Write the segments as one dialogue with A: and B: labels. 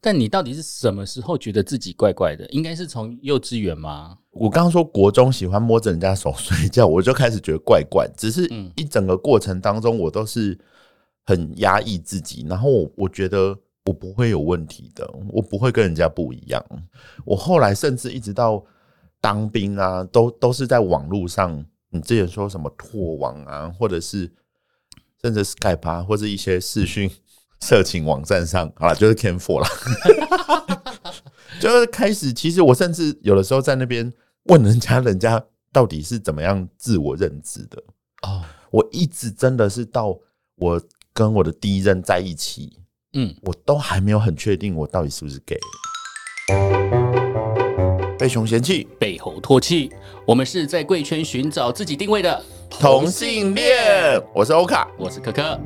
A: 但你到底是什么时候觉得自己怪怪的？应该是从幼稚园吗？
B: 我刚刚说国中喜欢摸着人家手睡觉， 我就开始觉得怪怪。只是
A: 嗯
B: 一整个过程当中，我都是很压抑自己，然后我我觉得我不会有问题的，我不会跟人家不一样。我后来甚至一直到当兵啊，都都是在网络上，你之前说什么拓网啊，或者是甚至 Skype 啊，或者一些视讯 色情网站上，好了，就是 Can Four 啦。就是开始，其实我甚至有的时候在那边问人家，人家到底是怎么样自我认知的。
A: 哦，
B: 我一直真的是到我跟我的第一任在一起，
A: 嗯，
B: 我都还没有很确定我到底是不是 gay。被熊嫌弃，
A: 背后唾弃，我们是在贵圈寻找自己定位的
B: 同性恋，我是欧卡。
A: 我是可可。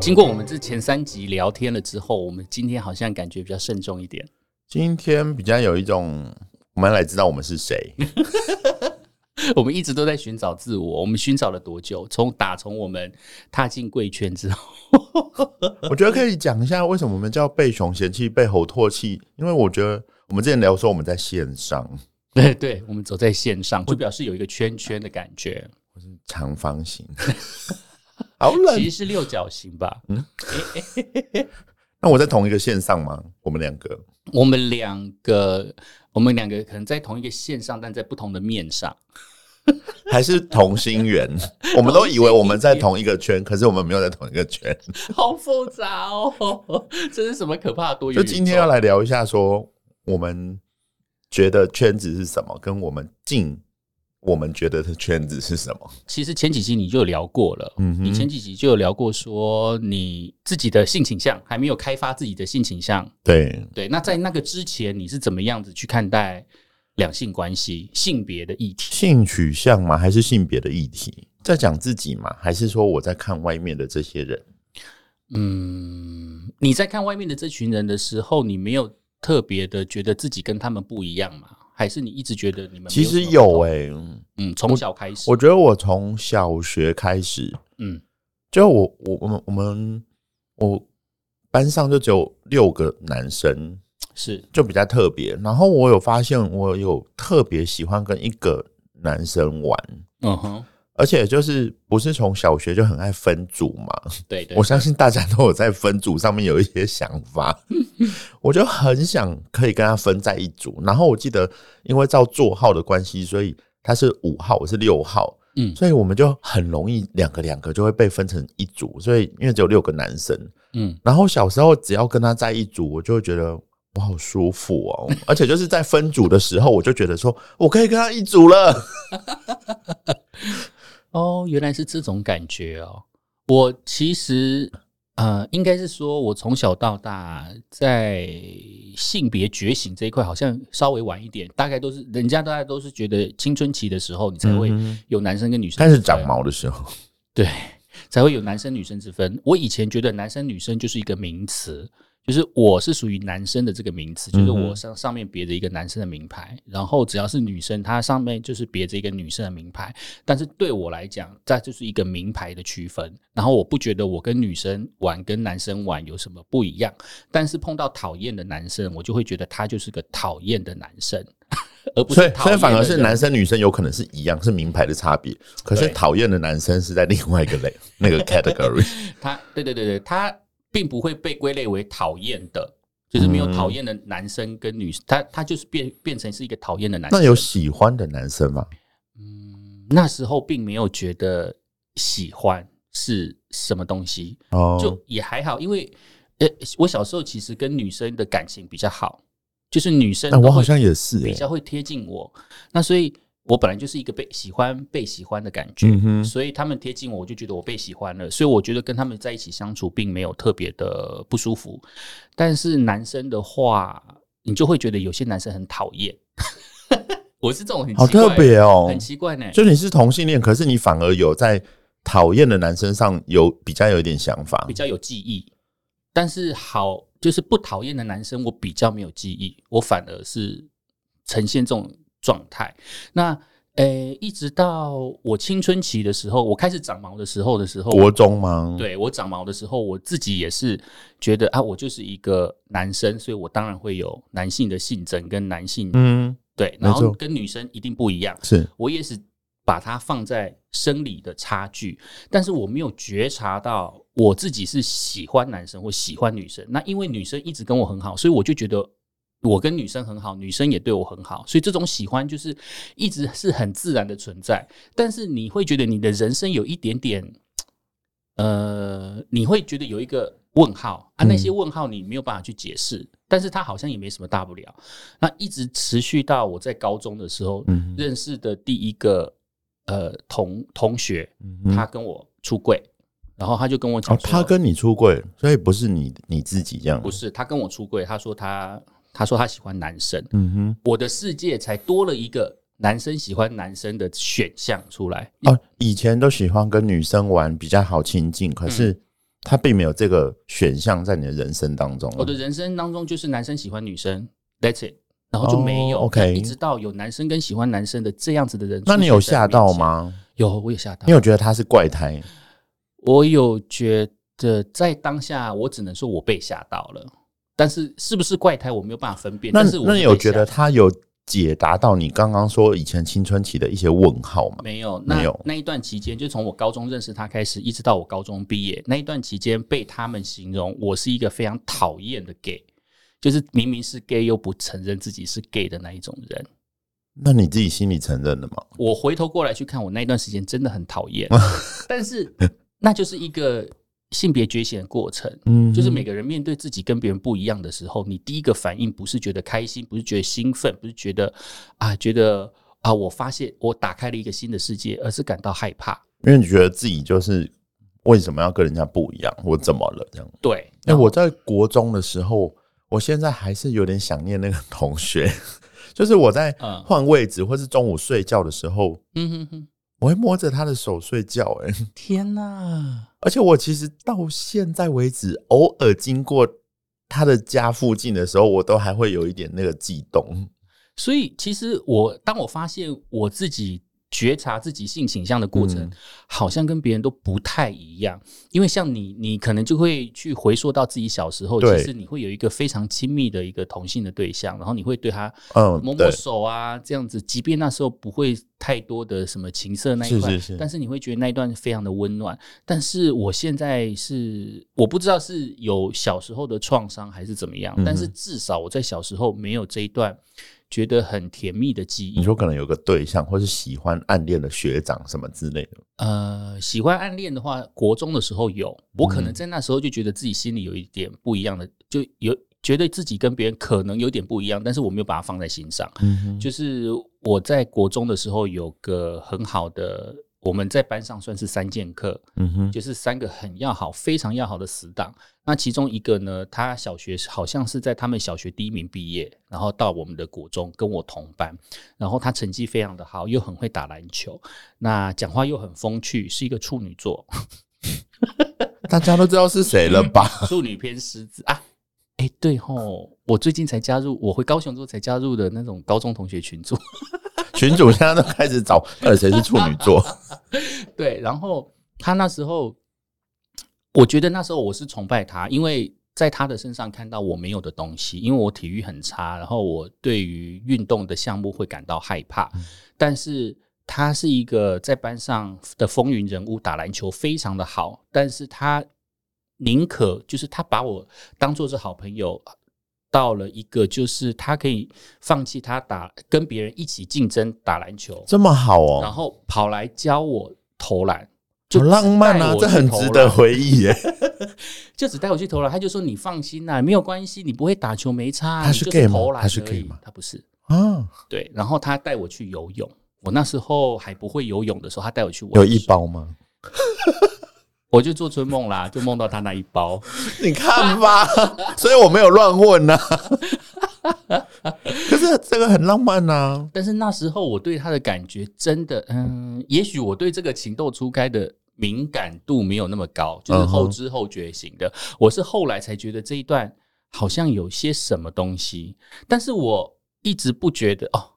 A: 经过我们这前三集聊天了之后，我们今天好像感觉比较慎重一点。
B: 今天比较有一种，我们来知道我们是 谁。
A: 我们一直都在寻找自我，我们寻找了多久？从打从我们踏进贵圈之后，
B: 我觉得可以讲一下为什么我们叫被熊嫌弃、被猴唾弃，因为我觉得我们之前聊说我们在线上
A: 对对，我们走在线上，就表示有一个圈圈的感觉，
B: 长方形， 好冷
A: 其实是六角形吧。
B: 那我在同一个线上吗？我们两个
A: 我们两个，我们两个可能在同一个线上，但在不同的面 上。
B: 还是同心 圆？我们都以为我们在同一个圈，可是我们没有在同一个圈。
A: 好复杂哦，这是什么可怕的多元
B: 就
A: 宇宙？
B: 今天要来聊一下说，我们觉得圈子是什么，跟我们进我们觉得的圈子是什么？
A: 其实前几集你就有聊过了，
B: 嗯哼
A: 你前几集就有聊过说你自己的性倾向还没有开发自己的性倾向，
B: 对，
A: 对，那在那个之前你是怎么样子去看待两性关系、性别的议题？
B: 性取向吗？还是性别的议题？在讲自己吗？还是说我在看外面的这些人？
A: 嗯，你在看外面的这群人的时候，你没有特别的觉得自己跟他们不一样吗？还是你一直觉得你们
B: 其实
A: 没什么不
B: 有
A: 同
B: 诶、
A: 嗯，从小开始，
B: 我觉得我从小学开始，
A: 嗯
B: 就我我我们我们我班上就只有六个男生，
A: 是
B: 就比较特别。然后我有发现，我有特别喜欢跟一个男生玩，
A: 嗯哼，
B: 而且就是不是从小学就很爱分组嘛？
A: 对对
B: 我，相信大家都有在分组上面有一些想 法，我就很想可以跟他分在一组。然后我记得，因为照座号的关系，所以他是五号，我是六号。
A: 嗯
B: 所以我们就很容易两个两个就会被分成一组，所以因为只有六个男生，
A: 嗯
B: 然后小时候只要跟他在一组，我就会觉得我好舒服哦，而且就是在分组的时候，我就觉得说我可以跟他一组了。
A: 哦，原来是这种感觉哦。我其实呃，应该是说我从小到大在性别觉醒这一块好像稍微晚一点，大概都是人家大概都是觉得青春期的时候你才会啊
B: 嗯哼
A: 有男生跟女生
B: 开始
A: 之分
B: 长毛的时候，
A: 对，才会有男生女生之分。我以前觉得男生女生就是一个名词，就是我是属于男生的这个名词，就是
B: 嗯
A: 我
B: 哼
A: 上上面别着一个男生的名牌，然后只要是女生，她上面就是别着一个女生的名牌。但是对我来讲，这就是一个名牌的区分。然后我不觉得我跟女生玩跟男生玩有什么不一样，但是碰到讨厌的男生，我就会觉得他就是个讨厌的男生。 而不
B: 所
A: 是
B: 以
A: 讨
B: 所以
A: 厌
B: 反而
A: 的
B: 是
A: 人
B: 男生女生有可能是一样，是名牌的差别。可是
A: 对
B: 讨厌的男生是在另外一 个类那个 category。
A: 他对对对对，他并不会被归类为讨厌的，就是没有
B: 嗯
A: 讨厌的男生跟女生，他他就是变变成是一个讨厌的男生。
B: 那有喜欢的男生吗？
A: 嗯，那时候并没有觉得喜欢是什么东西，
B: 哦，
A: 就也还好，因为呃，我小时候其实跟女生的感情比较好，就是女生
B: 那
A: 都
B: 哎我好
A: 会
B: 像也是、
A: 比
B: 欸，
A: 较会贴近我，那所以。我本来就是一个被喜欢、被喜欢的感觉，
B: 嗯哼
A: 所以他们贴近我，我就觉得我被喜欢了，所以我觉得跟他们在一起相处并没有特别的不舒服。但是男生的话，你就会觉得有些男生很讨厌。 我是这种很
B: 好
A: 奇怪
B: 特、别哦
A: 很。奇怪呢、
B: 就你是同性恋，可是你反而有在讨厌的男生上有比较有一点想法
A: 比，较有记忆。但是好，就是不讨厌的男生，我比较没有记忆，我反而是呈现这种状态。那诶、一直到我青春期的时候，我开始长毛的时候的时候，
B: 国中吗？，
A: 对我长毛的时候，我自己也是觉得啊，我就是一个男生，所以我当然会有男性的性征跟男性、
B: 嗯，
A: 对，然
B: 没
A: 后
B: 错
A: 跟女生一定不一样。
B: 是
A: 我也是把它放在生理的差距，但是我没有觉察到我自己是喜欢男生或喜欢女生。那因为女生一直跟我很好，所以我就觉得。我跟女生很好，女生也对我很好，所以这种喜欢就是一直是很自然的存在。但是你会觉得你的人生有一点点，呃，你会觉得有一个问号啊，
B: 嗯
A: 那些问号你没有办法去解释，但是它好像也没什么大不了。那一直持续到我在高中的时候，
B: 嗯
A: 认识的第一个呃同同学，
B: 嗯
A: 他跟我出柜，然后他就跟我讲
B: 哦，
A: 说、
B: 他跟你出柜，所以不是你你自己这样，
A: 不，是他跟我出柜，他说他他说他喜欢男生，
B: 嗯哼。
A: 我的世界才多了一个男生喜欢男生的选项出来。
B: 哦，以前都喜欢跟女生玩比较好亲近，
A: 嗯
B: 可是他并没有这个选项在你的人生当中啊。
A: 我的人生当中就是男生喜欢女生，That's it。然后就没有、
B: 哦，OK
A: 一直到有男生跟喜欢男生的这样子的人，
B: 那你有吓到？吗？
A: 有，我有吓到
B: 你。有觉得他是怪胎？
A: 我有觉得在当下，我只能说我被吓到了，但是是不是怪胎我没有办法分辨。
B: 那
A: 但是我
B: 那你
A: 是
B: 有
A: 被
B: 觉得
A: 吓
B: 他有解答到你刚刚说以前青春期的一些问号吗？
A: 没有？那
B: 没有
A: 那一段期间，就从我高中认识他开始，一直到我高中毕业那一段期间，被他们形容我是一个非常讨厌的 gay，就是明明是 gay 又不承认自己是 gay 的那一种人。
B: 那你自己心里承认的吗？
A: 我回头过来去看，我那一段时间真的很讨 厌，但是那就是一个性别觉醒的过程。
B: 嗯
A: 就是每个人面对自己跟别人不一样的时候，你第一个反应不是觉得开心，不是觉得兴奋，不是觉得啊，觉得啊，我发现我打开了一个新的世界，而是感到害怕。
B: 因为你觉得自己就是为什么要跟人家不一样？我怎么了？这样。
A: 对，
B: 哎、
A: 然后
B: 我在国中的时候，我现在还是有点想念那个同学， 就是我在
A: 嗯
B: 换位置或是中午睡觉的时候，
A: 嗯哼哼，
B: 我会摸着他的手睡觉、欸， 哎，
A: 天哪！
B: 而且我其实到现在为止，偶尔经过他的家附近的时候，我都还会有一点那个悸动。
A: 所以其实我当我发现我自己觉察自己性倾向的过程，
B: 嗯
A: 好像跟别人都不太一样。因为像你，你可能就会去回溯到自己小时候，
B: 对
A: 其实你会有一个非常亲密的一个同性的对象，然后你会对他
B: 嗯，
A: 摸摸
B: 对，
A: 手啊，这样子，即便那时候不会太多的什么情色那一
B: 是
A: 块，
B: 是是
A: 但是你会觉得那一段非常的温暖。但是我现在是我不知道是有小时候的创伤还是怎么样，
B: 嗯哼
A: 但是至少我在小时候没有这一段觉得很甜蜜的记忆
B: 你。说可能有个对象，或是喜欢暗恋的学长什么之类的。
A: 呃，喜欢暗恋的话，国中的时候有，我可能在那时候就觉得自己心里有一点不一样的，就有觉得自己跟别人可能有点不一样，但是我没有把它放在心上。
B: 嗯哼，
A: 就是我在国中的时候有个很好的，我们在班上算是三剑客，
B: 嗯哼，
A: 就是三个很要好、非常要好的死党。那其中一个呢，他小学好像是在他们小学第一名毕业，然后到我们的国中跟我同班，然后他成绩非常的好，又很会打篮球，那讲话又很风趣，是一个处女座，
B: 大家都知道是谁了吧？
A: 处女偏狮子啊。哎、对吼，我最近才加入，我回高雄之后才加入的那种高中同学群组。
B: 群主现在都开始找到底谁是处女座。
A: 对，然后他那时候，我觉得那时候我是崇拜他，因为在他的身上看到我没有的东西，因为我体育很差，然后我对于运动的项目会感到害怕，但是。他是一个在班上的风云人物，打篮球非常的好，但是他宁可就是他把我当做是好朋友，到了一个就是他可以放弃他打跟别人一起竞争打篮球，
B: 这么好
A: 然
B: 哦，
A: 后跑来教我投篮，就
B: 好浪漫
A: 只带
B: 啊，
A: 我
B: 这很
A: 去投
B: 值得
A: 篮，
B: 回忆耶。
A: 就只带我去投篮。他就说你放心啦、没有关系，你不会打球没差啊，
B: 他
A: 你
B: 是
A: 就
B: gay 吗
A: 投篮
B: 他是
A: 而
B: gay
A: 已
B: 吗
A: 他不是，
B: 啊，
A: 对。然后他带我去游泳，我那时候还不会游泳的时候，他带我去玩，
B: 有一，包吗？
A: 我就做春梦啦，就梦到他那一包。
B: 你看吧， 所以我没有乱问 呐、可是这个很浪漫啊呐、
A: 但是那时候我对他的感觉真的，嗯，也许我对这个情窦初开的敏感度没有那么高，就是
B: 嗯哼
A: 后知后觉型的。我是后来才觉得这一段好像有些什么东西，但是我一直不觉得哦。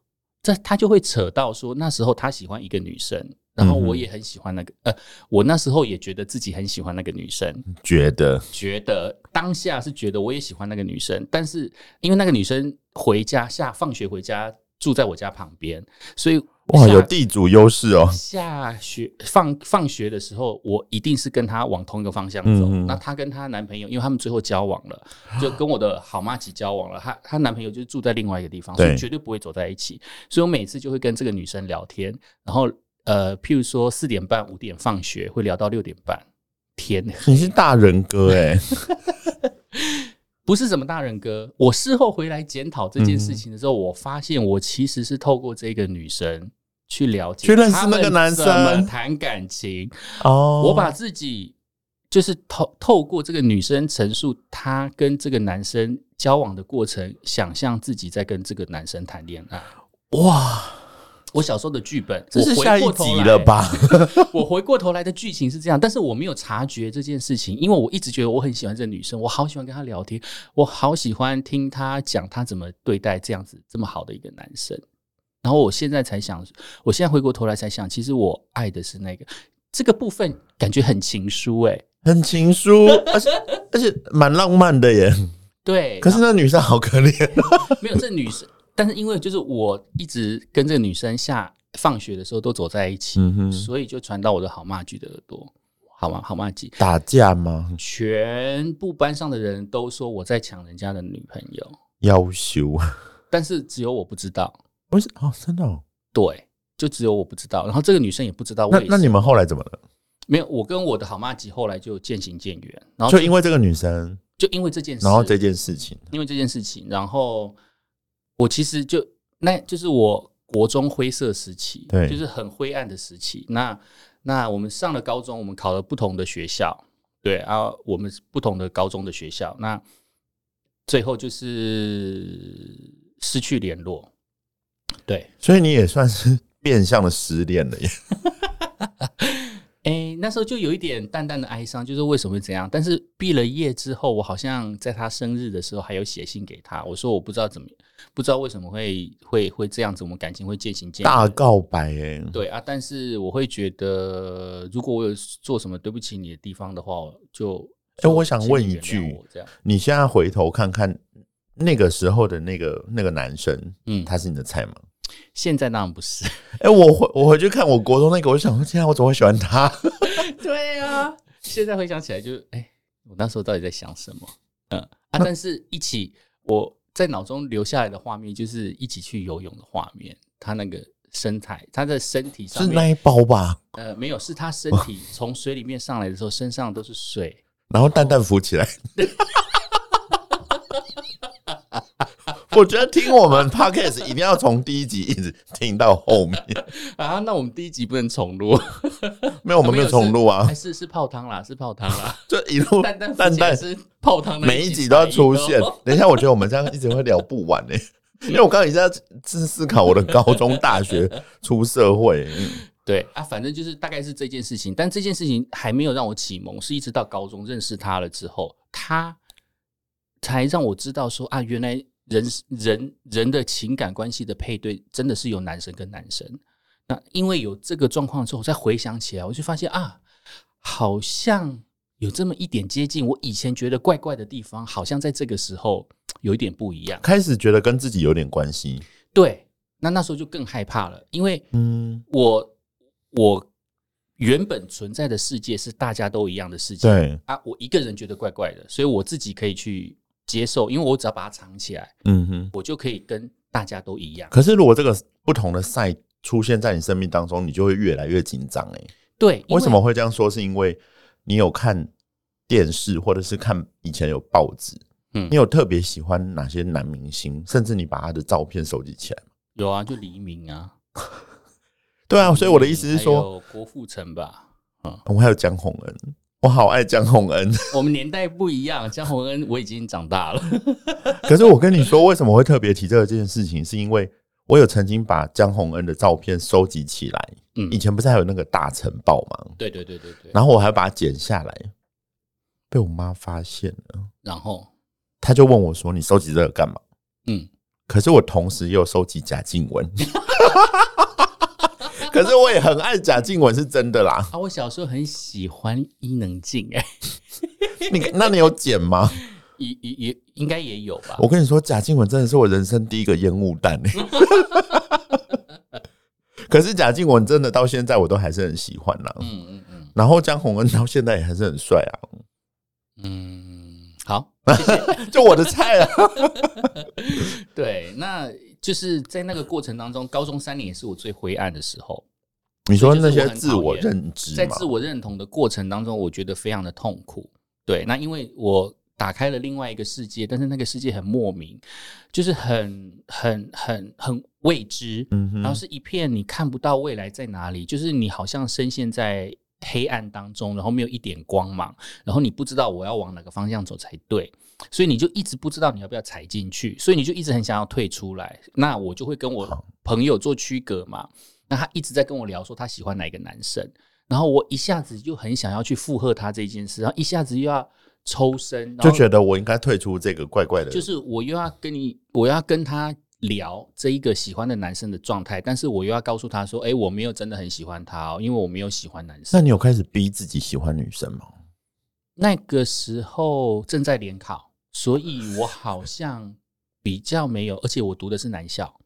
A: 这他就会扯到说那时候他喜欢一个女生，然后
B: 嗯哼
A: 我也很喜欢那个，呃，我那时候也觉得自己很喜欢那个女生，
B: 觉得
A: 觉得当下是觉得我也喜欢那个女生，但是因为那个女生回家下放学回家住在我家旁边，所以
B: 哇，
A: 下
B: 有地主优势哦。
A: 下学放放学的时候，我一定是跟她往同一个方向走。
B: 嗯嗯
A: 那她跟她男朋友，因为他们最后交往了，就跟我的好妈吉交往了。她她男朋友就是住在另外一个地方，
B: 对
A: 所以绝对不会走在一起。所以我每次就会跟这个女生聊天，然后呃，譬如说四点半、五点放学，会聊到六点半。天哪，
B: 你是大人哥哎、
A: 不是什么大人哥。我事后回来检讨这
B: 嗯
A: 件事情的时候，我发现我其实是透过这个女生去了解，
B: 去认识那个男生
A: 谈感情。
B: 哦，
A: 我把自己就是透透过这个女生陈述她跟这个男生交往的过程，想象自己在跟这个男生谈恋爱。
B: 哇，
A: 我小时候的剧本，
B: 这是
A: 我回
B: 下一
A: 过头
B: 集
A: 来
B: 了吧？
A: 我回过头来的剧情是这样，但是我没有察觉这件事情，因为我一直觉得我很喜欢这个女生，我好喜欢跟她聊天，我好喜欢听她讲她怎么对待这样子这么好的一个男生。然后我现在才想，我现在回过头来才想，其实我爱的是那个这个部分，感觉很情书哎、
B: 很情书，而且而且蛮浪漫的 耶。
A: 对，
B: 可是那女生好可怜，
A: 没有这女生，但是因为就是我一直跟这个女生下放学的时候都走在一起，
B: 嗯哼，
A: 所以就传到我的好骂剧的耳朵，好吗？好骂剧，
B: 打架吗？
A: 全部班上的人都说我在抢人家的女朋友，
B: 要求
A: 但是只有我不知道，
B: 不是哦，真的、哦。
A: 对，就只有我不知道。然后这个女生也不知道，
B: 那
A: 我也是
B: 那你们后来怎么了？
A: 没有？我跟我的好妈吉后来就渐行渐远，然后
B: 就因为这个女生，
A: 就因为这件事，
B: 然后这件事情，
A: 因为这件事情，然后我其实就那就是我国中灰色时期，
B: 对
A: 就是很灰暗的时期。那那我们上了高中，我们考了不同的学校，对啊，我们是不同的高中的学校，那最后就是失去联络。对，
B: 所以你也算是变相的失恋 了耶。
A: 哎、那时候就有一点淡淡的哀伤，就是为什么会这样。但是毕了业之后，我好像在他生日的时候还有写信给他，我说我不知道怎么，不知道为什么会会会这样子，我们感情会渐行渐
B: 大
A: 远。
B: 告白哎，
A: 对啊，但是我会觉得，如果我有做什么对不起你的地方的话，我就
B: 哎我想
A: 请你
B: 问一
A: 原谅
B: 句
A: 我这样，
B: 你现在回头看看那个时候的那个那个男生，
A: 嗯，
B: 他是你的菜吗？
A: 现在当然不是，
B: 哎、我回我回去看我国中那个，我就想说，天啊，我怎么会喜欢 他？
A: 对啊，现在回想起来就，哎，我那时候到底在想什么？嗯啊，但是一起我在脑中留下来的画面就是一起去游泳的画面，他那个身材，他的身体上
B: 是那
A: 面，
B: 一包吧？
A: 呃，没有，是他身体从水里面上来的时候，身上都是水。
B: 然后蛋蛋浮起来。我觉得听我们 podcast 一定要从第一集一直听到后面，
A: 啊，那我们第一集不能重录，
B: 没 有我们没有重录啊
A: 还，是是泡汤啦，是泡汤 啦，
B: 就一路
A: 蛋蛋
B: 蛋
A: 蛋蛋
B: 蛋
A: 是泡汤的，哦
B: 每一集都要出现。等一下，我觉得我们这样一直会聊不完呢、欸 因为我刚刚一直在思考我的高中、大学、出社会、嗯
A: 对啊，反正就是大概是这件事情，但这件事情还没有让我启蒙，是一直到高中认识他了之后，他才让我知道说啊，原来人人人的情感关系的配对真的是有男生跟男生。那因为有这个状况之后，我再回想起来，我就发现啊，好像有这么一点接近，我以前觉得怪怪的地方，好像在这个时候有一点不一样。
B: 开始觉得跟自己有点关系。
A: 对，那那时候就更害怕了，因为
B: 嗯，
A: 我我原本存在的世界是大家都一样的世界，
B: 对，
A: 啊，我一个人觉得怪怪的，所以我自己可以去接受，因为我只要把它藏起来，
B: 嗯哼。
A: 我就可以跟大家都一样。
B: 可是如果这个不同的赛出现在你生命当中，你就会越来越紧张哎。
A: 对，因
B: 为什么？会这样说？是因为你有看电视，或者是看以前有报纸，
A: 嗯
B: 你有特别喜欢哪些男明星，甚至你把他的照片收集起来吗。
A: 有啊，就黎明啊。
B: 对啊，
A: 黎明
B: 所以我的意思是说，，
A: 嗯还有郭富城吧。
B: 我还有江宏恩，我好爱江宏恩。
A: 我们年代不一样，江宏恩我已经长大了。
B: 可是我跟你说，为什么会特别提这件事情，是因为我有曾经把江宏恩的照片收集起来。
A: 嗯
B: 以，前不是还有那个大晨报吗？
A: 对对对对对。
B: 然后我还把它剪下来，被我妈发现了，
A: 然后，
B: 她就问我说：“你收集这个干嘛？”
A: 嗯，
B: 可是我同时又收集贾静雯， 可是我也很爱贾静雯，是真的啦。
A: 啊，我小时候很喜欢伊能静，哎，
B: 你那你有剪吗？
A: 也也也应该也有吧
B: 我。跟你说，贾静雯真的是我人生第一个烟雾弹、 欸。可是贾静雯真的到现在我都还是很喜欢啦。
A: 嗯嗯嗯
B: 然后江宏恩到现在也还是很帅啊，
A: 嗯，好，
B: 就我的菜 啊。
A: 对，那就是在那个过程当中，高中三年也是我最灰暗的时候，
B: 你说
A: 所
B: 那
A: 以就是
B: 些
A: 我很
B: 自我
A: 讨厌
B: 认知
A: 在
B: 嘛
A: 自？我认同的过程当中，我觉得非常的痛苦。对，那因为我打开了另外一个世界，但是那个世界很莫名，就是很很很很未知，
B: 嗯
A: 然后
B: 哼，
A: 是一片你看不到未来在哪里，就是你好像深陷在黑暗当中，然后没有一点光芒，然后你不知道我要往哪个方向走才对，所以你就一直不知道你要不要踩进去，所以你就一直很想要退出来。那我就会跟我朋友做区隔嘛，那他一直在跟我聊说他喜欢哪一个男生，然后我一下子就很想要去附和他这件事，然后一下子又要抽身，然后
B: 就觉得我应该退出这个怪怪的，
A: 就是我又要跟你，我要跟他聊这一个喜欢的男生的状态，但是我又要告诉他说，哎、我没有真的很喜欢他哦，因为我没有喜欢男
B: 那
A: 生。
B: 你有开始逼自己喜欢女生吗？
A: 那个时候正在联考，所以我好像比较没有，而且我读的是男校，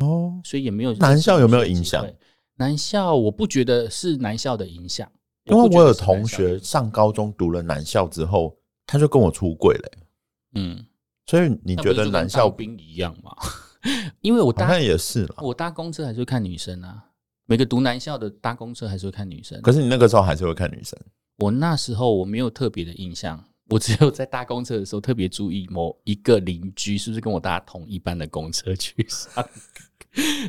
B: 哦，
A: 所以也没有
B: 男校有没有影响
A: 机会？男校我不觉得是男校的影响，
B: 因为
A: 不觉
B: 我有
A: 得是男
B: 同
A: 校的
B: 学上高中读了男校之后，他就跟我出柜了欸、
A: 嗯，
B: 所以你
A: 那不
B: 觉
A: 是
B: 得
A: 就跟
B: 男校
A: 当兵一样嘛？ 因为我
B: 好
A: 搭
B: 像也是啦。
A: 我搭公车还是会看女生啊，每个读男校的搭公车还是会看女生。
B: 可是你那个时候还是会看女生，
A: 我那时候我没有特别的印象，我只有在搭公车的时候特别注意某一个邻居是不是跟我搭同一班的公车去上。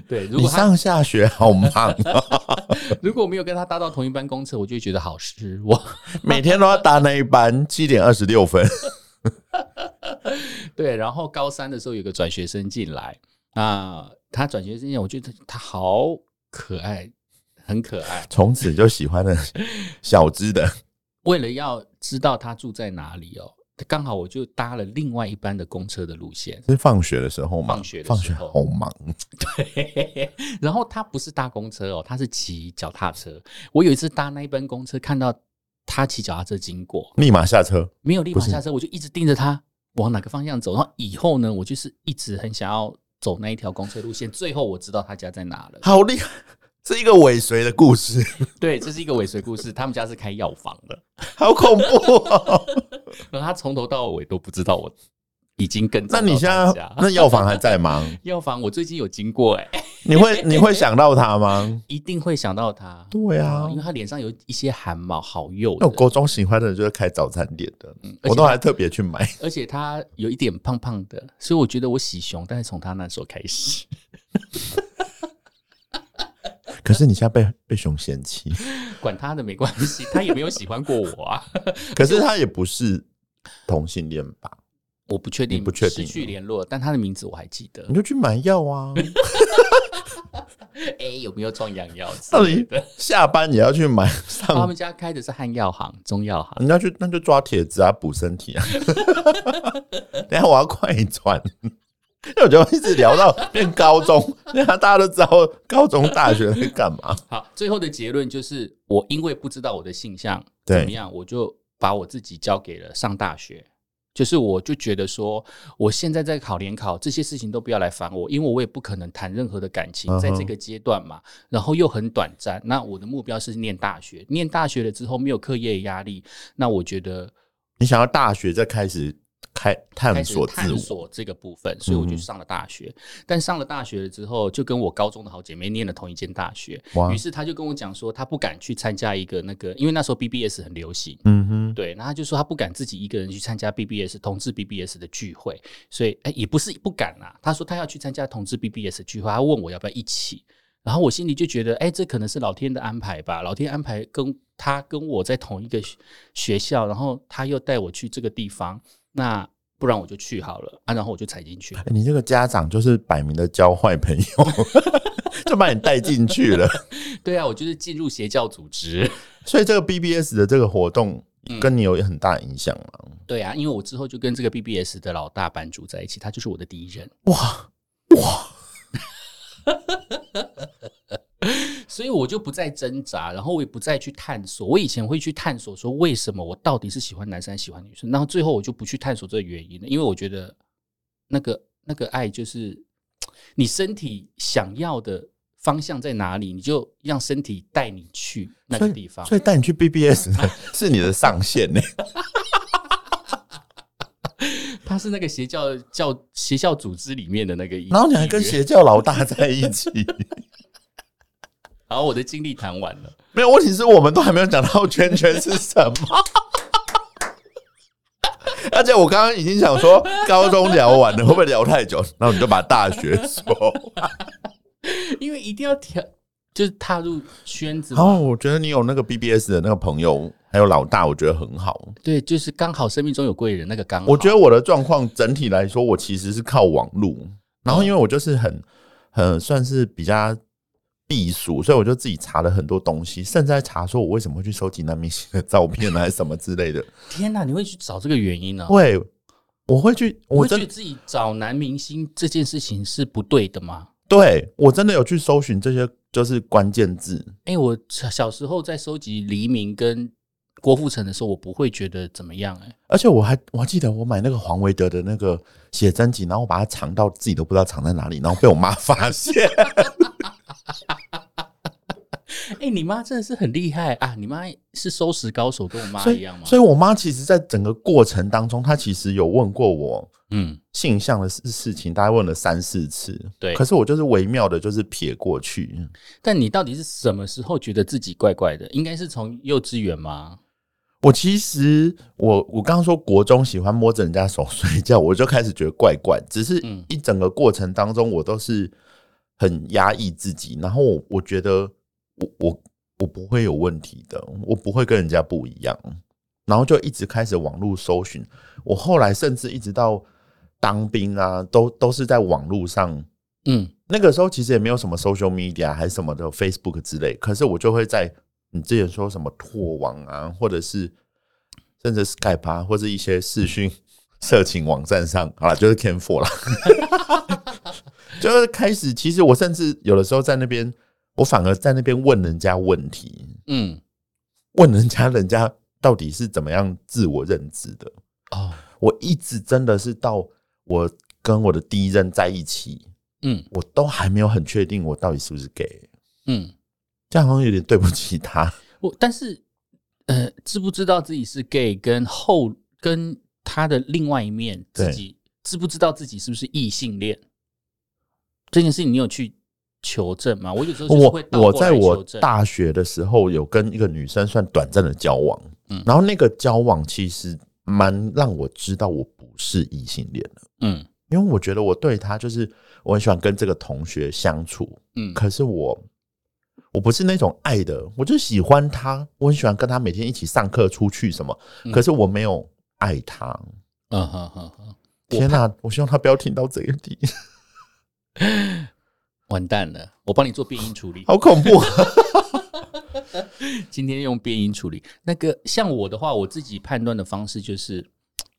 A: 对，如
B: 你
A: 果他
B: 上下学好忙 啊，
A: 如果我没有跟他搭到同一班公车，我就会觉得好失望。
B: 每天都要搭那一班，七点二十六分。
A: 对，然后高三的时候有个转学生进来，那他转学生进来，我觉得他好可爱，很可爱。
B: 从此就喜欢了小资的，
A: 为了要知道他住在哪里哦，刚好我就搭了另外一班的公车的路 线，
B: 是放学的时候嘛？
A: 放学的
B: 放
A: 时
B: 学
A: 候
B: 好忙，
A: 然后他不是搭公车哦，他是骑脚踏车。我有一次搭那一班公车，看到他骑脚踏车经过，
B: 立马下车。
A: 没有立
B: 不
A: 马
B: 是
A: 下车，我就一直盯着他往哪个方向走。然后以后呢，我就是一直很想要走那一条公车路线。最后我知道他家在哪了。
B: 好厉害！是一个尾随的故事，
A: 对，这是一个尾随故事。他们家是开药房的，
B: 好恐怖、 哦。
A: 然后他从头到尾都不知道我已经跟
B: 那
A: 踪到
B: 你现
A: 他
B: 在
A: 家。
B: 那药房还在吗？
A: 药房我最近有经过、哎，
B: 你会你会想到他吗？
A: 一定会想到他。
B: 对啊哦
A: 嗯因为，他脸上有一些汗毛，好幼的。
B: 那我国中喜欢的就是开早餐店的，
A: 嗯而且
B: 我都还特别去买。
A: 而且他有一点胖胖的，所以我觉得我喜熊，但是从他那时候开始，
B: 可是你现在被被熊嫌 弃，
A: 管他的没关系，他也没有喜欢过我 啊，
B: 可是他也不是同性恋吧？
A: 我不确定，
B: 你不确定
A: 失去联络，但他的名字我还记得
B: 你。就去买药啊！
A: 哎、有没有壮阳药？
B: 到底下班也要去买 上
A: 他们家开的是汉药行、中药行，
B: 你要去那就抓铁子啊，补身体啊。 等一下我要快转，因为我就一直聊到变高中，那大家都知道高中、大学在干嘛。
A: 好，最后的结论就是，我因为不知道我的性向
B: 对
A: 怎么样，我就把我自己交给了上大学。就是我就觉得说，我现在在考联考，这些事情都不要来烦我，因为我也不可能谈任何的感情
B: 嗯，哼
A: 在这个阶段嘛，然后又很短暂。那我的目标是念大学，念大学了之后没有课业压力，那我觉得
B: 你想要大学再开始开探
A: 开始
B: 索自
A: 探
B: 我，啊嗯
A: 索这个部分，所以我就上了大学。但上了大学了之后，就跟我高中的好姐妹念了同一间大学，
B: 哇
A: 于，是她就跟我讲说，她不敢去参加一个那个，因为那时候 BBS 很流行。
B: 嗯哼，
A: 对，然后她就说她不敢自己一个人去参加 BBS 同志 BBS 的聚会，所以哎、也不是不敢啦、她说她要去参加同志 BBS 聚会，她问我要不要一起，然后我心里就觉得哎、这可能是老天的安排吧，老天安排跟她跟我在同一个学学校，然后她又带我去这个地方，那不然我就去好了啊，然后我就踩进去了。
B: 哎你这个家长就是摆明的交坏朋友， 就把你带进去了。
A: 对啊，我就是进入邪教组织。
B: 所以这个 BBS 的这个活动
A: 嗯
B: 跟你有很大影响嘛？
A: 对啊，因为我之后就跟这个 BBS 的老大版主在一起，他就是我的第一人。
B: 哇
A: 所以我就不再挣扎，然后我也不再去探索。我以前会去探索说为什么我到底是喜欢男生还是喜欢女生，然后最后我就不去探索这个原因了，因为我觉得那个那个爱就是你身体想要的方向在哪里，你就让身体带你去那个地方。
B: 所以带你去 BBS 呢是你的上限呢、
A: 他是那个邪教教邪教组织里面的那个一，
B: 然后你还跟
A: 一员
B: 邪教老大在一起。
A: 然后我的经历谈完了。
B: 没有，问题是我们都还没有讲到圈圈是什么。 而且我刚刚已经想说，高中聊完了会不会聊太久？然后你就把大学说。
A: 因为一定要跳，就是踏入圈子
B: 然
A: 嘛。
B: 后我觉得你有那个 BBS 的那个朋友，还有老大，我觉得很好。
A: 对，就是刚好生命中有贵人，那个刚好。
B: 我觉得我的状况整体来说，我其实是靠网路。
A: 嗯
B: 然后因为我就是很很算是比较避暑，所以我就自己查了很多东西，甚至在查说我为什么会去收集那明星的照片啊，还是什么之类 的。
A: 天哪，你会去找这个原因呢、啊？
B: 会，我会去，我
A: 会
B: 真
A: 去自己找男明星这件事情是不对的吗？
B: 对我真的有去搜寻这些，就是关键字。
A: 哎、我小小时候在收集黎明跟郭富城的时候，我不会觉得怎么样、哎，
B: 而且我还我还记得我买那个黄维德的那个写真集，然后我把它藏到自己都不知道藏在哪里，然后被我妈 发现。
A: 哎、你妈真的是很厉害啊！你妈是收拾高手，跟我妈
B: 所
A: 一
B: 以
A: 样，吗？
B: 所以我妈其实，在整个过程当中，她其实有问过我
A: 嗯，
B: 性向的事事情，大概问了三四次。
A: 对
B: 可是我就是微妙的，就是撇过去。
A: 但你到底是什么时候觉得自己怪怪的？应该是从幼稚园吗？
B: 我其实我我刚刚说国中喜欢摸着人家手睡觉，我就开始觉得怪怪。只是
A: 嗯
B: 一整个过程当中，我都是很压抑自己，然后我我觉得我我我不会有问题的，我不会跟人家不一样，然后就一直开始网络搜寻。我后来甚至一直到当兵啊，都都是在网络上
A: 嗯，
B: 那个时候其实也没有什么 social media 还是什么的 Facebook 之类，可是我就会在你之前说什么拓网啊，或者是甚至 Skype 啊，或者一些视讯色情网站上，好了，就是 Can Four 啦， 就是开始。其实我甚至有的时候在那边，我反而在那边问人家问题，
A: 嗯，
B: 问人家人家到底是怎么样自我认知的。
A: 哦，
B: 我一直真的是到我跟我的第一任在一起，
A: 嗯
B: 我都还没有很确定我到底是不是 gay，
A: 嗯，
B: 这样好像有点对不起他。
A: 我但是呃，知不知道自己是 gay，跟后跟他的另外一面，自
B: 对
A: 己知不知道自己是不是异性恋这件事情，你有去求证吗？我有时候 就是
B: 我
A: 会倒
B: 我
A: 过来
B: 在我
A: 求证
B: 大学的时候有跟一个女生算短暂的交往，
A: 嗯
B: 然后那个交往其实蛮让我知道我不是异性恋的，
A: 嗯
B: 因为我觉得我对她就是我很喜欢跟这个同学相处，
A: 嗯
B: 可是我我不是那种爱的，我就喜欢她，我很喜欢跟她每天一起上课、出去什么，
A: 嗯
B: 可是我没有爱她。
A: 嗯哼哼哼，
B: 天哪、我希望她不要听到这个地，
A: 完蛋了，我帮你做变音处理。
B: 好恐怖啊！
A: 今天用变音处理。那个像我的话，我自己判断的方式就是，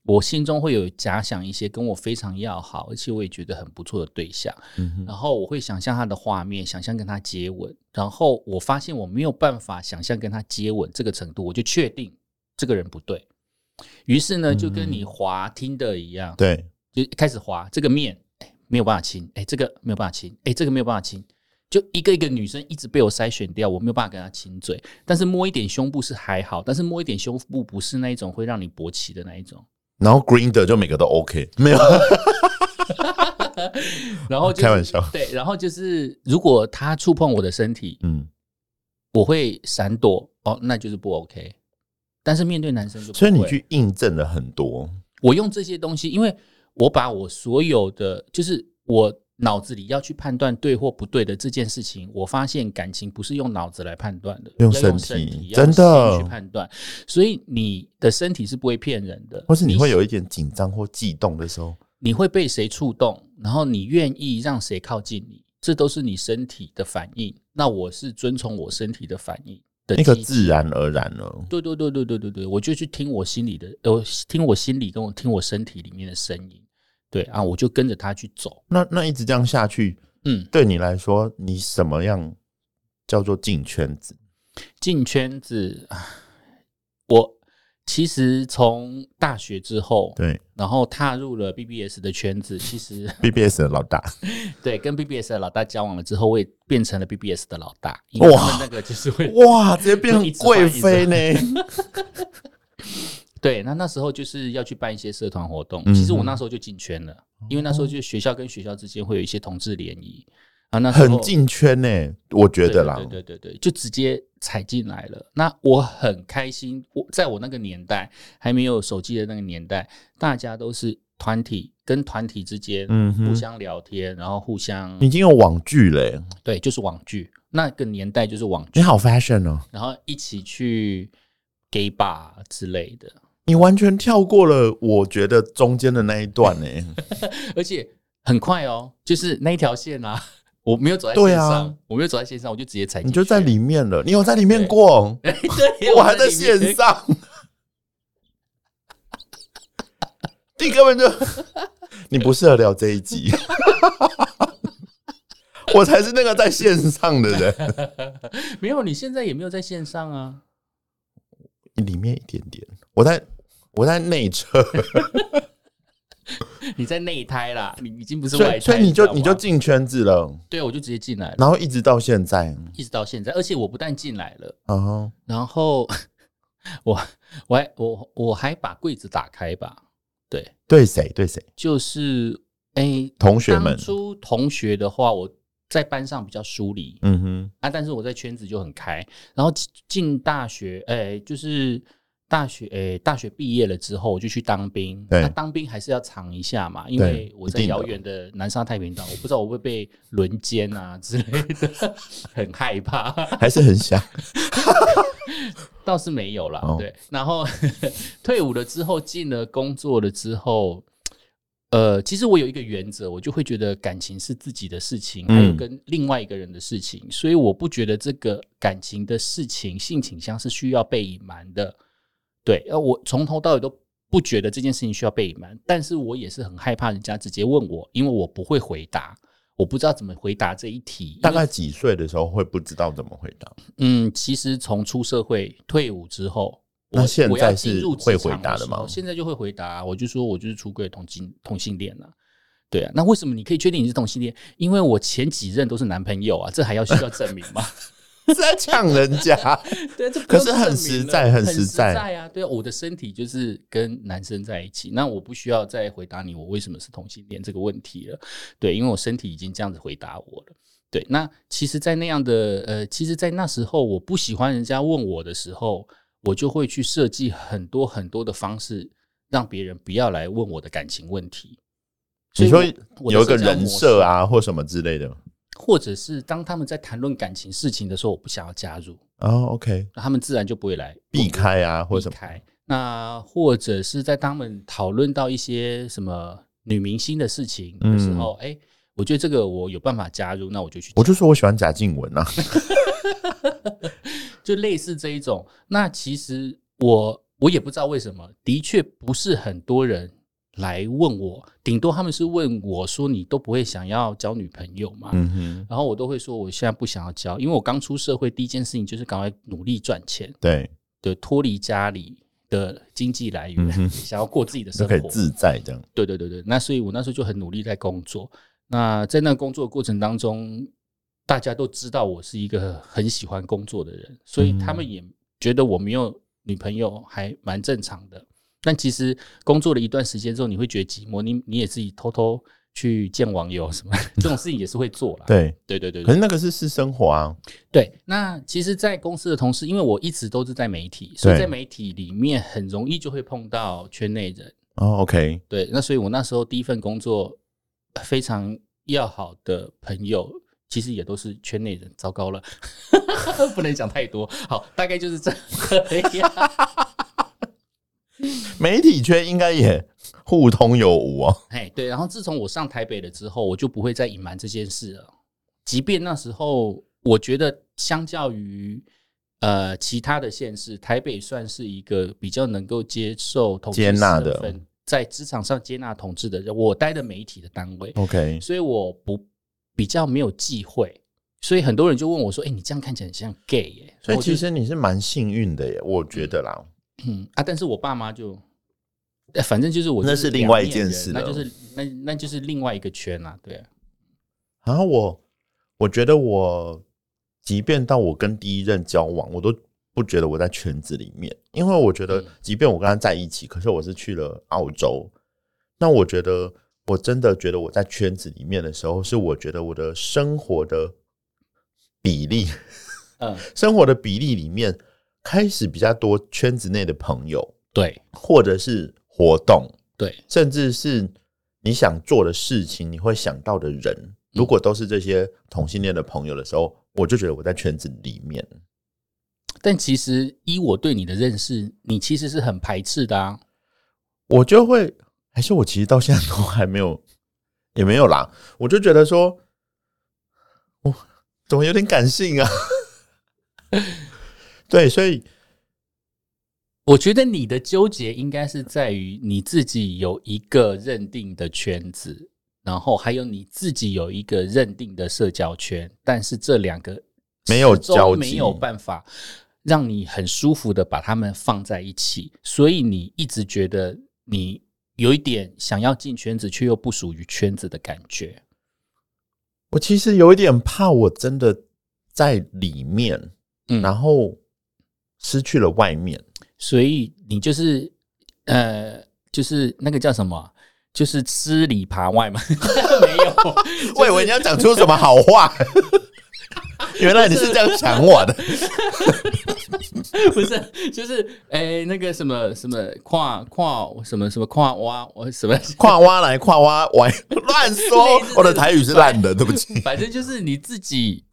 A: 我心中会有假想一些跟我非常要好，而且我也觉得很不错的对象，
B: 嗯哼
A: 然后我会想象他的画面，想象跟他接吻，然后我发现我没有办法想象跟他接吻这个程度，我就确定这个人不对。于是呢，就跟你滑听的一样，
B: 对，
A: 就开始滑这个面，哎，没有办法亲，哎，这个没有办法亲，哎，这个没有办法亲，就一个一个女生一直被我筛选掉，我没有办法跟她亲嘴，但是摸一点胸部是还好，但是摸一点胸部不是那一种会让你勃起的那一种，
B: 然后 Green 的就每个都 OK，没有
A: 然后、就是、
B: 开玩笑，
A: 对，然后就是如果她触碰我的身体，
B: 嗯，
A: 我会闪躲，哦，那就是不 OK，但是面对男生就不会
B: 所以你去印证了很多，
A: 我用这些东西，因为我把我所有的，就是我脑子里要去判断对或不对的这件事情，我发现感情不是用脑子来判断的，
B: 用
A: 要用
B: 身体
A: 体，
B: 真的
A: 要用心去判断。所以你的身体是不会骗人的，
B: 或是你会有一点紧张或悸动的时候，
A: 你会被谁触动，然后你愿意让谁靠近你，这都是你身体的反应。那我是遵从我身体的反应的
B: 那个
A: 机制
B: 自然而然了。
A: 对对对对对对对，我就去听我心里的，呃，听我心里跟我听我身体里面的声音，对啊，我就跟着他去走，
B: 那那一直这样下去，
A: 嗯，
B: 对你来说，你什么样叫做进圈子？
A: 进圈子，唉我其实从大学之后，
B: 对
A: 然后踏入了 BBS 的圈子，其实
B: ，BBS 的老大，
A: 对跟 BBS 的老大交往了之后，我也变成了 BBS 的老大，因为
B: 哇
A: 他们那个就是会
B: 哇，直接变成
A: 一直换
B: 贵
A: 一直
B: 妃 呢！
A: 对，那那时候就是要去办一些社团活动。
B: 嗯哦
A: 其实我那时候就进圈了，因为那时候就是学校跟学校之间会有一些同志联谊啊，那时候
B: 很进圈呢、我觉
A: 对
B: 得啦，
A: 对对对对，就直接踩进来了。那我很开心，我在我那个年代还没有手机的那个年代，大家都是团体跟团体之间
B: 嗯哼
A: 互相聊天，然后互相
B: 已经有网剧嘞、
A: 对，就是网剧。那个年代就是网
B: 你
A: 剧，
B: 好 fashion 哦，
A: 然后一起去 gay bar 之类的。
B: 你完全跳过了，我觉得中间的那一段呢、
A: 而且很快哦，就是那一条线啊， 我没有走在线
B: 对
A: 上，
B: 啊
A: 我没有走在线上，我就直接踩进
B: 你
A: 去
B: 就在，里面了，你有在里面过， 哦
A: 对，
B: 我还在
A: 里面
B: 线，上， 你根 本就你不适合聊这一集，我才是那个在线上的人，
A: 没有，你现在也没有在线上啊，
B: 里面一点点，我在我在内侧，
A: 你在内胎啦，你已经不是
B: 所
A: 外胎，
B: 以所以你
A: 知道
B: 就
A: 吗
B: 你就进圈子了，
A: 对，我就直接进来了，
B: 然后一直到现在，
A: 一直到现在，而且我不但进来了，
B: 嗯哼，
A: 然后 我我还我我还把柜子打开吧，对，
B: 对谁对谁，
A: 就是哎、
B: 同学
A: 当
B: 们，
A: 初同学的话，我在班上比较疏离，
B: 嗯哼，
A: 啊，但是我在圈子就很开。然后进进大学，哎、就是大学，哎、大学毕业了之后，我就去当兵。
B: 对
A: 那当兵还是要尝一下嘛，因
B: 对
A: 为我
B: 一
A: 在
B: 定的
A: 遥远的南沙太平岛，我不知道我会被轮奸啊之类的， 很害怕。
B: 还是很想。
A: 倒是没有啦，
B: 哦
A: 对。然后 退伍了之后，进了工作了之后，呃，其实我有一个原则，我就会觉得感情是自己的事情，
B: 嗯
A: 还有跟另外一个人的事情，所以我不觉得这个感情的事情、性倾向是需要被隐瞒的。对，呃，我从头到尾都不觉得这件事情需要被隐瞒，但是我也是很害怕人家直接问我，因为我不会回答。我不知道怎么回答这一题，
B: 大概几岁的时候会不知道怎么回 答？
A: 嗯，其实从出社会退伍之后，
B: 那
A: 我
B: 现
A: 我要
B: 在
A: 进
B: 是
A: 入职
B: 会回
A: 场
B: 答
A: 的
B: 的
A: 时候
B: 吗
A: 现在就会回答啊、我就说我就是出柜同性同性恋了、对啊，那为什么你可以确定你是同性恋？因为我前几任都是男朋友啊，这还要需要证明吗？
B: 是在呛人家，
A: 对，这不
B: 可
A: 用
B: 是很
A: 证明
B: 实
A: 了
B: 在很
A: 很
B: 实在
A: 在啊。对啊，我的身体就是跟男生在一起，那我不需要再回答你我为什么是同性恋这个问题了。对，因为我身体已经这样子回答我了。对，那其实，在那样的呃，其实，在那时候我不喜欢人家问我的时候，我就会去设计很多很多的方式，让别人不要来问我的感情问题。所以
B: 你说
A: 我我的
B: 有一个
A: 社交
B: 人
A: 模式
B: 设啊，或什么之类的。
A: 或者是当他们在谈论感情事情的时候，我不想要加入，
B: 哦，OK，
A: 那他们自然就不会来
B: 避
A: 开。
B: 开啊，或
A: 避
B: 什么，
A: 开。那或者是在他们讨论到一些什么女明星的事情的时候，哎、我觉得这个我有办法加入，那我就去加入，
B: 嗯我就说我喜欢贾静雯啊，
A: 就类似这一种。那其实我我也不知道为什么，的确不是很多人来问我，顶多他们是问我说你都不会想要交女朋友吗？
B: 嗯哼，
A: 然后我都会说，我现在不想要交，因为我刚出社会，第一件事情就是赶快努力赚钱，
B: 对，
A: 对，脱离家里的经济来源，
B: 嗯哼
A: 想要过自己的生
B: 就
A: 活，
B: 可以自在这样。
A: 对对对对，那所以我那时候就很努力在工作。那在那个工作的过程当中，大家都知道我是一个很喜欢工作的人，所以他
B: 嗯
A: 们也觉得我没有女朋友还蛮正常的。但其实工作了一段时间之后，你会觉得寂寞，你你也自己偷偷去见网友什么这种事情也是会做啦。
B: 对，
A: 对对对
B: 可
A: 对
B: 是那个是私生活啊，
A: 对。那其实，在公司的同事，因为我一直都是在媒体，所以
B: 对
A: 在媒体里面很容易就会碰到圈内人。
B: 哦，OK，
A: 对，那所以我那时候第一份工作呃非常要好的朋友，其实也都是圈内人。糟糕了， 不能讲太多。好，大概就是这样。
B: 媒体圈应该也互通有无哦。
A: 哎，对。然后自从我上台北了之后，我就不会再隐瞒这件事了。即便那时候，我觉得相较于呃其他的县市，台北算是一个比较能够接受同志
B: 接纳
A: 身
B: 的
A: 份在职场上接纳同
B: 哦
A: 志的人。我待的媒体的单位，
B: OK，
A: 所以我不比较没有忌讳。所以很多人就问我说：“哎、你这样看起来很像 gay 耶、
B: 所以
A: 我就
B: 其实你是蛮幸运的耶，我觉得啦。
A: 嗯啊，但是我爸妈就，呃反正就是我
B: 那
A: 就是是
B: 另
A: 两
B: 外一
A: 面
B: 件
A: 人
B: 事
A: 那
B: 了
A: 就是那那就是另外一个圈啦、对啊、
B: 然后我我觉得我，即便到我跟第一任交往，我都不觉得我在圈子里面，因为我觉得
A: 嗯，
B: 即便我跟他在一起，可是我是去了澳洲，那我觉得我真的觉得我在圈子里面的时候，是我觉得我的生活的比例，
A: 嗯，
B: 生活的比例里面开始比较多圈子内的朋友，
A: 对
B: 或者是活动，
A: 对，
B: 甚至是你想做的事情，你会想到的人，如果都是这些同性恋的朋友的时候，我就觉得我在圈子里面。
A: 但其实依我对你的认识，你其实是很排斥的啊。
B: 我就会，还是我其实到现在都还没有， 也没有啦。我就觉得说，我怎么有点感性啊？对，所以
A: 我觉得你的纠结应该是在于你自己有一个认定的圈子，然后还有你自己有一个认定的社交圈，但是这两个
B: 没有
A: 始终
B: 交集
A: 没有办法让你很舒服的把它们放在一起，所以你一直觉得你有一点想要进圈子，却又不属于圈子的感觉。
B: 我其实有一点怕，我真的在里面，
A: 嗯
B: 然后失去了外面。
A: 所以你就是呃，就是那个叫什么，啊就是吃里扒外嘛？ 没有，
B: 我以为你要讲出什么好 话，原来你是这样想我的。
A: 不是，就是哎、那个什么什么跨跨什么什么跨挖，我什么，
B: 跨挖来跨挖玩， 乱说
A: 类似，
B: 我的台语是烂 的，对不起。
A: 反正就是你自己，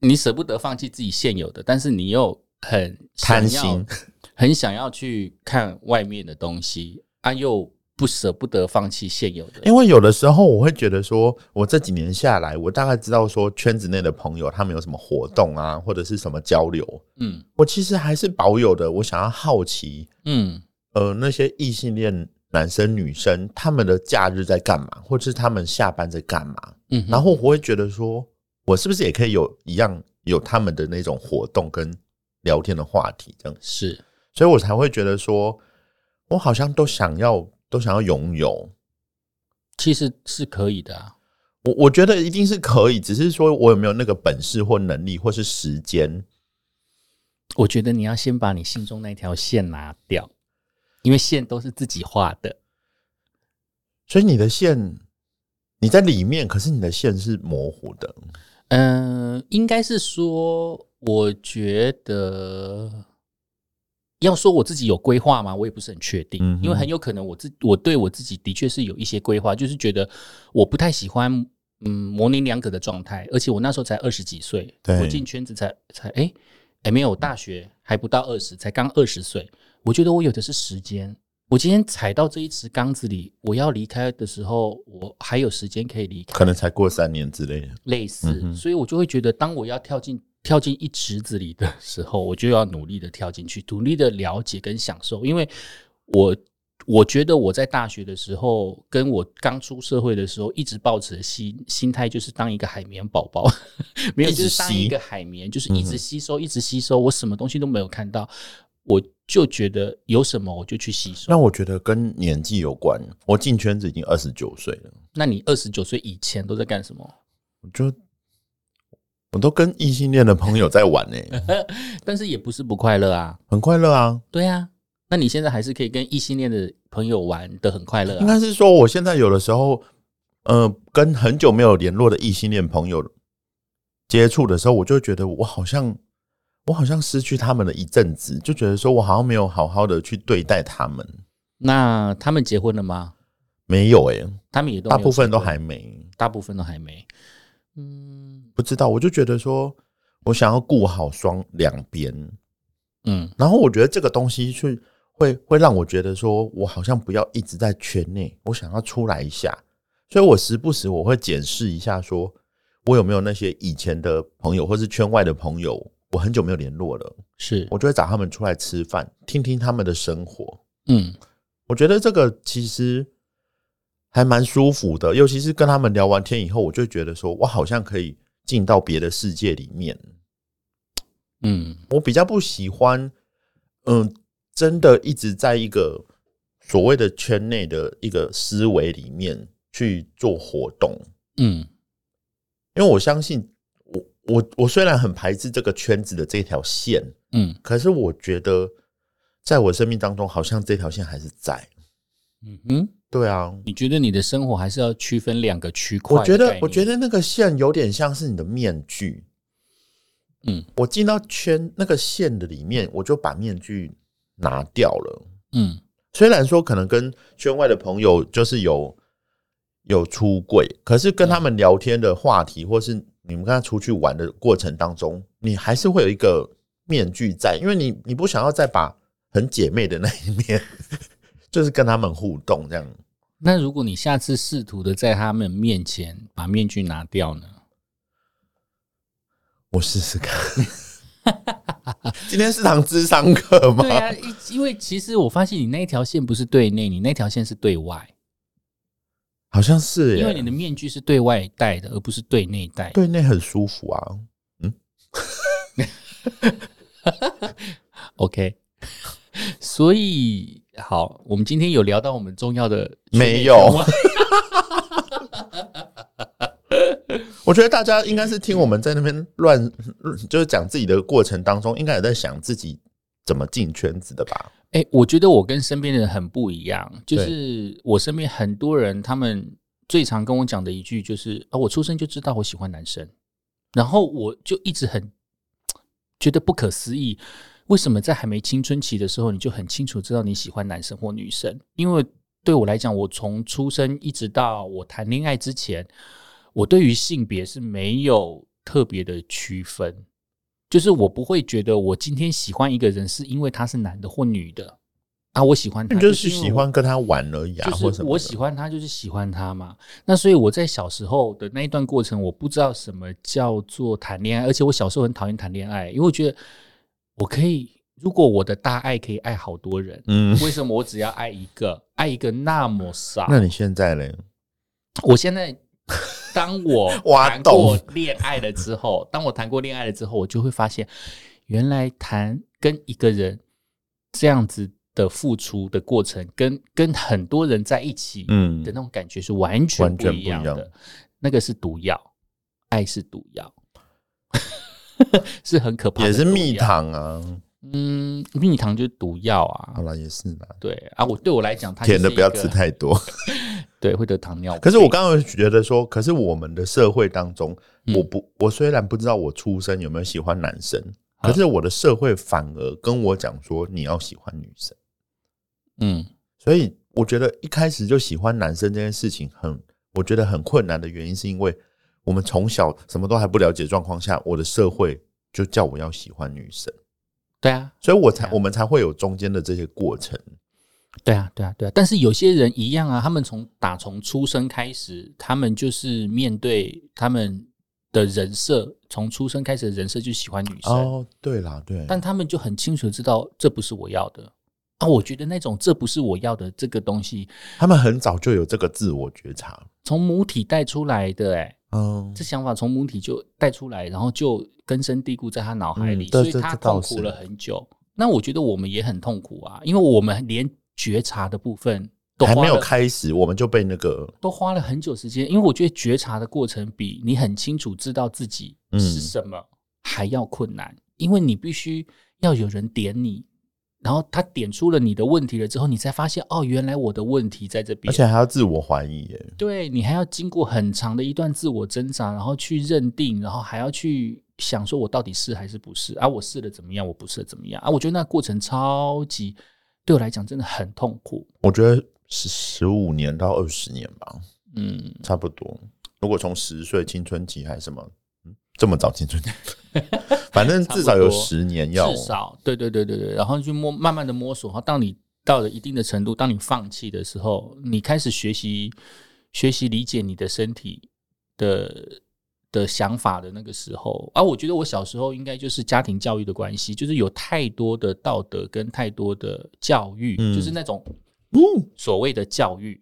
A: 你舍不得放弃自己现有的，但是你又很想
B: 贪
A: 要
B: 心，
A: 很想要去看外面的东西，啊，又不舍不得放弃现有的。
B: 因为有的时候我会觉得说，我这几年下来，我大概知道说圈子内的朋友他们有什么活动啊，或者是什么交流，
A: 嗯
B: 我其实还是保有的，我想要好奇，
A: 嗯
B: 呃，那些异性恋男生女生他们的假日在干嘛，或者是他们下班在干嘛，
A: 嗯哼，
B: 然后我会觉得说，我是不是也可以有一样有他们的那种活动跟聊天的话题这样子，
A: 是
B: 所以我才会觉得说，我好像都想要都想要拥有。
A: 其实是可以的啊。
B: 我我觉得一定是可以，只是说我有没有那个本事或能力，或是时间。
A: 我觉得你要先把你心中那条线拿掉，因为线都是自己画的。
B: 所以你的线你在里面，可是你的线是模糊的。
A: 嗯，应该是说，我觉得要说我自己有规划吗？我也不是很确定，
B: 嗯哼
A: 因为很有可能我自我对我自己的确是有一些规划，就是觉得我不太喜欢嗯模棱两可的状态，而且我那时候才二十几岁，
B: 对
A: 我进圈子才才哎哎没有，我大学还不到二十，才刚二十岁，我觉得我有的是时间。我今天踩到这一池缸子里，我要离开的时候，我还有时间可以离开。
B: 可能才过三年之类的，
A: 类似
B: 嗯，哼
A: 所以我就会觉得，当我要跳进跳进一池子里的时候，我就要努力的跳进去，努力的了解跟享受。因为我我觉得我在大学的时候，跟我刚出社会的时候，一直抱持的心心态就是当一个海绵宝宝， 没有，
B: 一直
A: 就是当
B: 吸嗯
A: 一个海绵，就是一直吸收，一直吸收，我什么东西都没有看到，我就觉得有什么我就去吸收。
B: 那我觉得跟年纪有关。我进圈子已经二十九岁了，
A: 那你二十九岁以前都在干什么？
B: 我就我都跟异性恋的朋友在玩呢、欸
A: 但是也不是不快乐啊。
B: 很快乐啊。
A: 对啊，那你现在还是可以跟异性恋的朋友玩的很快乐
B: 应
A: 啊。
B: 该是说，我现在有的时候，呃，跟很久没有联络的异性恋朋友接触的时候，我就会觉得我好像，我好像失去他们了一阵子，就觉得说我好像没有好好的去对待他们。
A: 那他们结婚了吗？
B: 没有诶、
A: 他们也都没
B: 大
A: 有
B: 部分
A: 结
B: 都
A: 婚
B: 还没，
A: 大部分都还没。嗯
B: 不知道。我就觉得说我想要顾好双两边，
A: 嗯，
B: 然后我觉得这个东西去会会让我觉得说，我好像不要一直在圈内，我想要出来一下，所以我时不时我会检视一下说，我有没有那些以前的朋友或是圈外的朋友，我很久没有联络了，
A: 是
B: 我就会找他们出来吃饭，听听他们的生活。
A: 嗯
B: 我觉得这个其实还蛮舒服的，尤其是跟他们聊完天以后，我就觉得说我好像可以进到别的世界里面。
A: 嗯
B: 我比较不喜欢，嗯，真的一直在一个所谓的圈内的一个思维里面去做活动，
A: 嗯
B: 因为我相信我我我虽然很排斥这个圈子的这条线，
A: 嗯
B: 可是我觉得在我生命当中，好像这条线还是在。
A: 嗯哼，
B: 对啊，
A: 你觉得你的生活还是要区分两个区块
B: 我
A: 的概
B: 觉得
A: 念？
B: 我觉得那个线有点像是你的面具。
A: 嗯，
B: 我进到圈那个线的里面，我就把面具拿掉了。
A: 嗯
B: 虽然说可能跟圈外的朋友就是有有出柜，可是跟他们聊天的话题，或是你们跟他出去玩的过程当中，你还是会有一个面具在，因为你你不想要再把很姐妹的那一面， 就是跟他们互动这样。
A: 那如果你下次试图的在他们面前把面具拿掉呢？
B: 我试试看。 今天是堂智商课吗
A: 对？啊，因因为其实我发现你那一条线不是对内，你那条线是对外，
B: 好像是啊耶，
A: 因为你的面具是对外戴的，而不是对内戴。
B: 对内很舒服啊。
A: OK，所以好，我们今天有聊到我们重要的
B: 没有我觉得大家应该是听我们在那边乱，嗯就是讲自己的过程当中，应该也在想自己怎么进圈子的吧？
A: 哎、我觉得我跟身边的人很不一样，就
B: 对
A: 是我身边很多人，他们最常跟我讲的一句就是啊，我出生就知道我喜欢男生，然后我就一直很觉得不可思议，为什么在还没青春期的时候，你就很清楚知道你喜欢男生或女生？因为对我来讲，我从出生一直到我谈恋爱之前，我对于性别是没有特别的区分。就是我不会觉得我今天喜欢一个人是因为他是男的或女的啊，我喜欢他
B: 就是
A: 因为
B: 喜
A: 我
B: 欢跟他玩而已啊，或
A: 就
B: 者
A: 是
B: 什么的。
A: 我喜欢他，就是喜欢他嘛。那所以我在小时候的那一段过程，我不知道什么叫做谈恋爱，而且我小时候很讨厌谈恋爱，因为我觉得我可以，如果我的大爱可以爱好多人，
B: 嗯，
A: 为什么我只要爱一个，爱一个那么少？
B: 那你现在嘞？
A: 我现在当我
B: 挖
A: 谈过
B: 洞
A: 恋爱了之后，当我谈过恋爱了之后，我就会发现，原来谈跟一个人这样子的付出的过程，跟跟很多人在一起
B: 嗯
A: 的那种感觉是完全
B: 完
A: 不
B: 全
A: 一样
B: 不一样
A: 的。那个是毒药，爱是毒药， 是很可怕的，
B: 也是蜜。糖啊。
A: 嗯，蜜糖就是毒药啊
B: 好。了，也是啦，
A: 对啊，我对我来讲，它
B: 甜的
A: 就是一
B: 不要吃
A: 个，
B: 太多。
A: 对，会得糖尿病。
B: 可是我刚刚觉得说，可是我们的社会当中，
A: 嗯
B: 我不，我虽然不知道我出生有没有喜欢男生，可是我的社会反而跟我讲说你要喜欢女生。
A: 嗯
B: 所以我觉得一开始就喜欢男生这件事情很，我觉得很困难的原因，是因为我们从小什么都还不了解的状况下，我的社会就叫我要喜欢女生，
A: 对啊，
B: 所以我才
A: 对啊
B: 我们才会有中间的这些过程。
A: 对啊，对啊，对啊。但是有些人一样啊，他们从打从出生开始，他们就是面对他们的人设，从出生开始的人设就喜欢女生，
B: 哦，对啦，对，
A: 但他们就很清楚地知道这不是我要的。啊，我觉得那种这不是我要的这个东西，
B: 他们很早就有这个自我觉察。
A: 从母体带出来的、欸，
B: 嗯
A: 这想法从母体就带出来，然后就根深蒂固在他脑海里，
B: 嗯
A: 所
B: 对
A: 以
B: 这
A: 他
B: 这倒
A: 痛苦
B: 是
A: 了很久。那我觉得我们也很痛苦啊，因为我们连觉察的部分都
B: 还
A: 花
B: 没有
A: 了
B: 开始，我们就被那个
A: 都花了很久时间，因为我觉得觉察的过程比你很清楚知道自己是什么还要困难，因为你必须要有人点你，然后他点出了你的问题了之后，你才发现哦，原来我的问题在这边。
B: 而且还要自我怀疑耶。
A: 对你还要经过很长的一段自我挣扎，然后去认定，然后还要去想说我到底是还是不是啊？我是的怎么样？我不是的怎么样啊？我觉得那过程超级对我来讲真的很痛苦。
B: 我觉得十十五年到二十年吧，
A: 嗯，
B: 差不多。如果从十岁青春期还是什么，嗯，这么早青春期， 反正至少有十年要哦
A: 至。少，对对对对对，然后去摸，慢慢的摸索，然后当你到了一定的程度，当你放弃的时候，你开始学习学习理解你的身体的的想法的那个时候，啊，我觉得我小时候应该就是家庭教育的关系，就是有太多的道德跟太多的教育，
B: 嗯
A: 就是那种
B: 嗯，
A: 所谓的教育，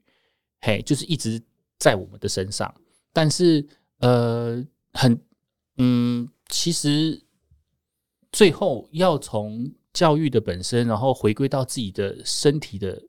A: 嘿，就是一直在我们的身上。但是呃，很嗯，其实最后要从教育的本身，然后回归到自己的身体的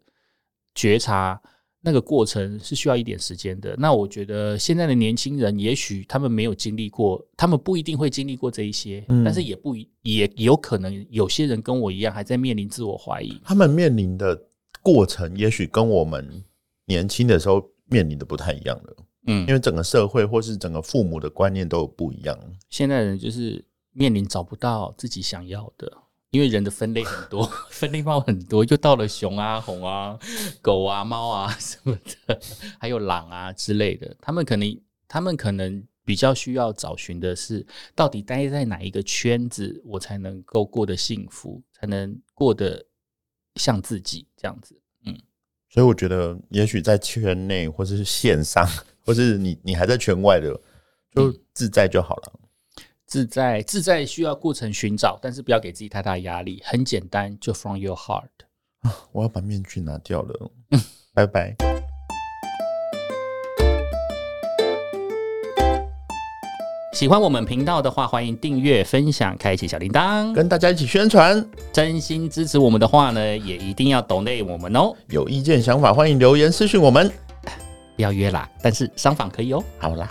A: 觉察，那个过程是需要一点时间的。那我觉得现在的年轻人，也许他们没有经历过，他们不一定会经历过这一些，
B: 嗯
A: 但是也不一也有可能有些人跟我一样，还在面临自我怀疑。
B: 他们面临的过程，也许跟我们年轻的时候面临的不太一样了，
A: 嗯
B: 因为整个社会或是整个父母的观念都有不一样。
A: 现在人就是面临找不到自己想要的，因为人的分类很多， 分类猫很多，又到了熊啊、红啊、 狗啊、猫啊什么的，还有狼啊之类的。他们可能，他们可能比较需要找寻的是，到底待在哪一个圈子，我才能够过得幸福，才能过得像自己这样子。
B: 所以我觉得，也许在圈内，或是线上， 或是你你还在圈外的，就自在就好了。
A: 自在，自在需要过程寻找，但是不要给自己太大压力。很简单，就 from your heart。
B: 我要把面具拿掉 了，拜拜。
A: 喜欢我们频道的话，欢迎订阅、分享、开启小铃铛。
B: 跟大家一起宣传，
A: 真心支持我们的话呢，也一定要懂内我们哦，
B: 有意见想法欢迎留言私讯我们。
A: 不要约啦，但是商访可以哦。
B: 好啦，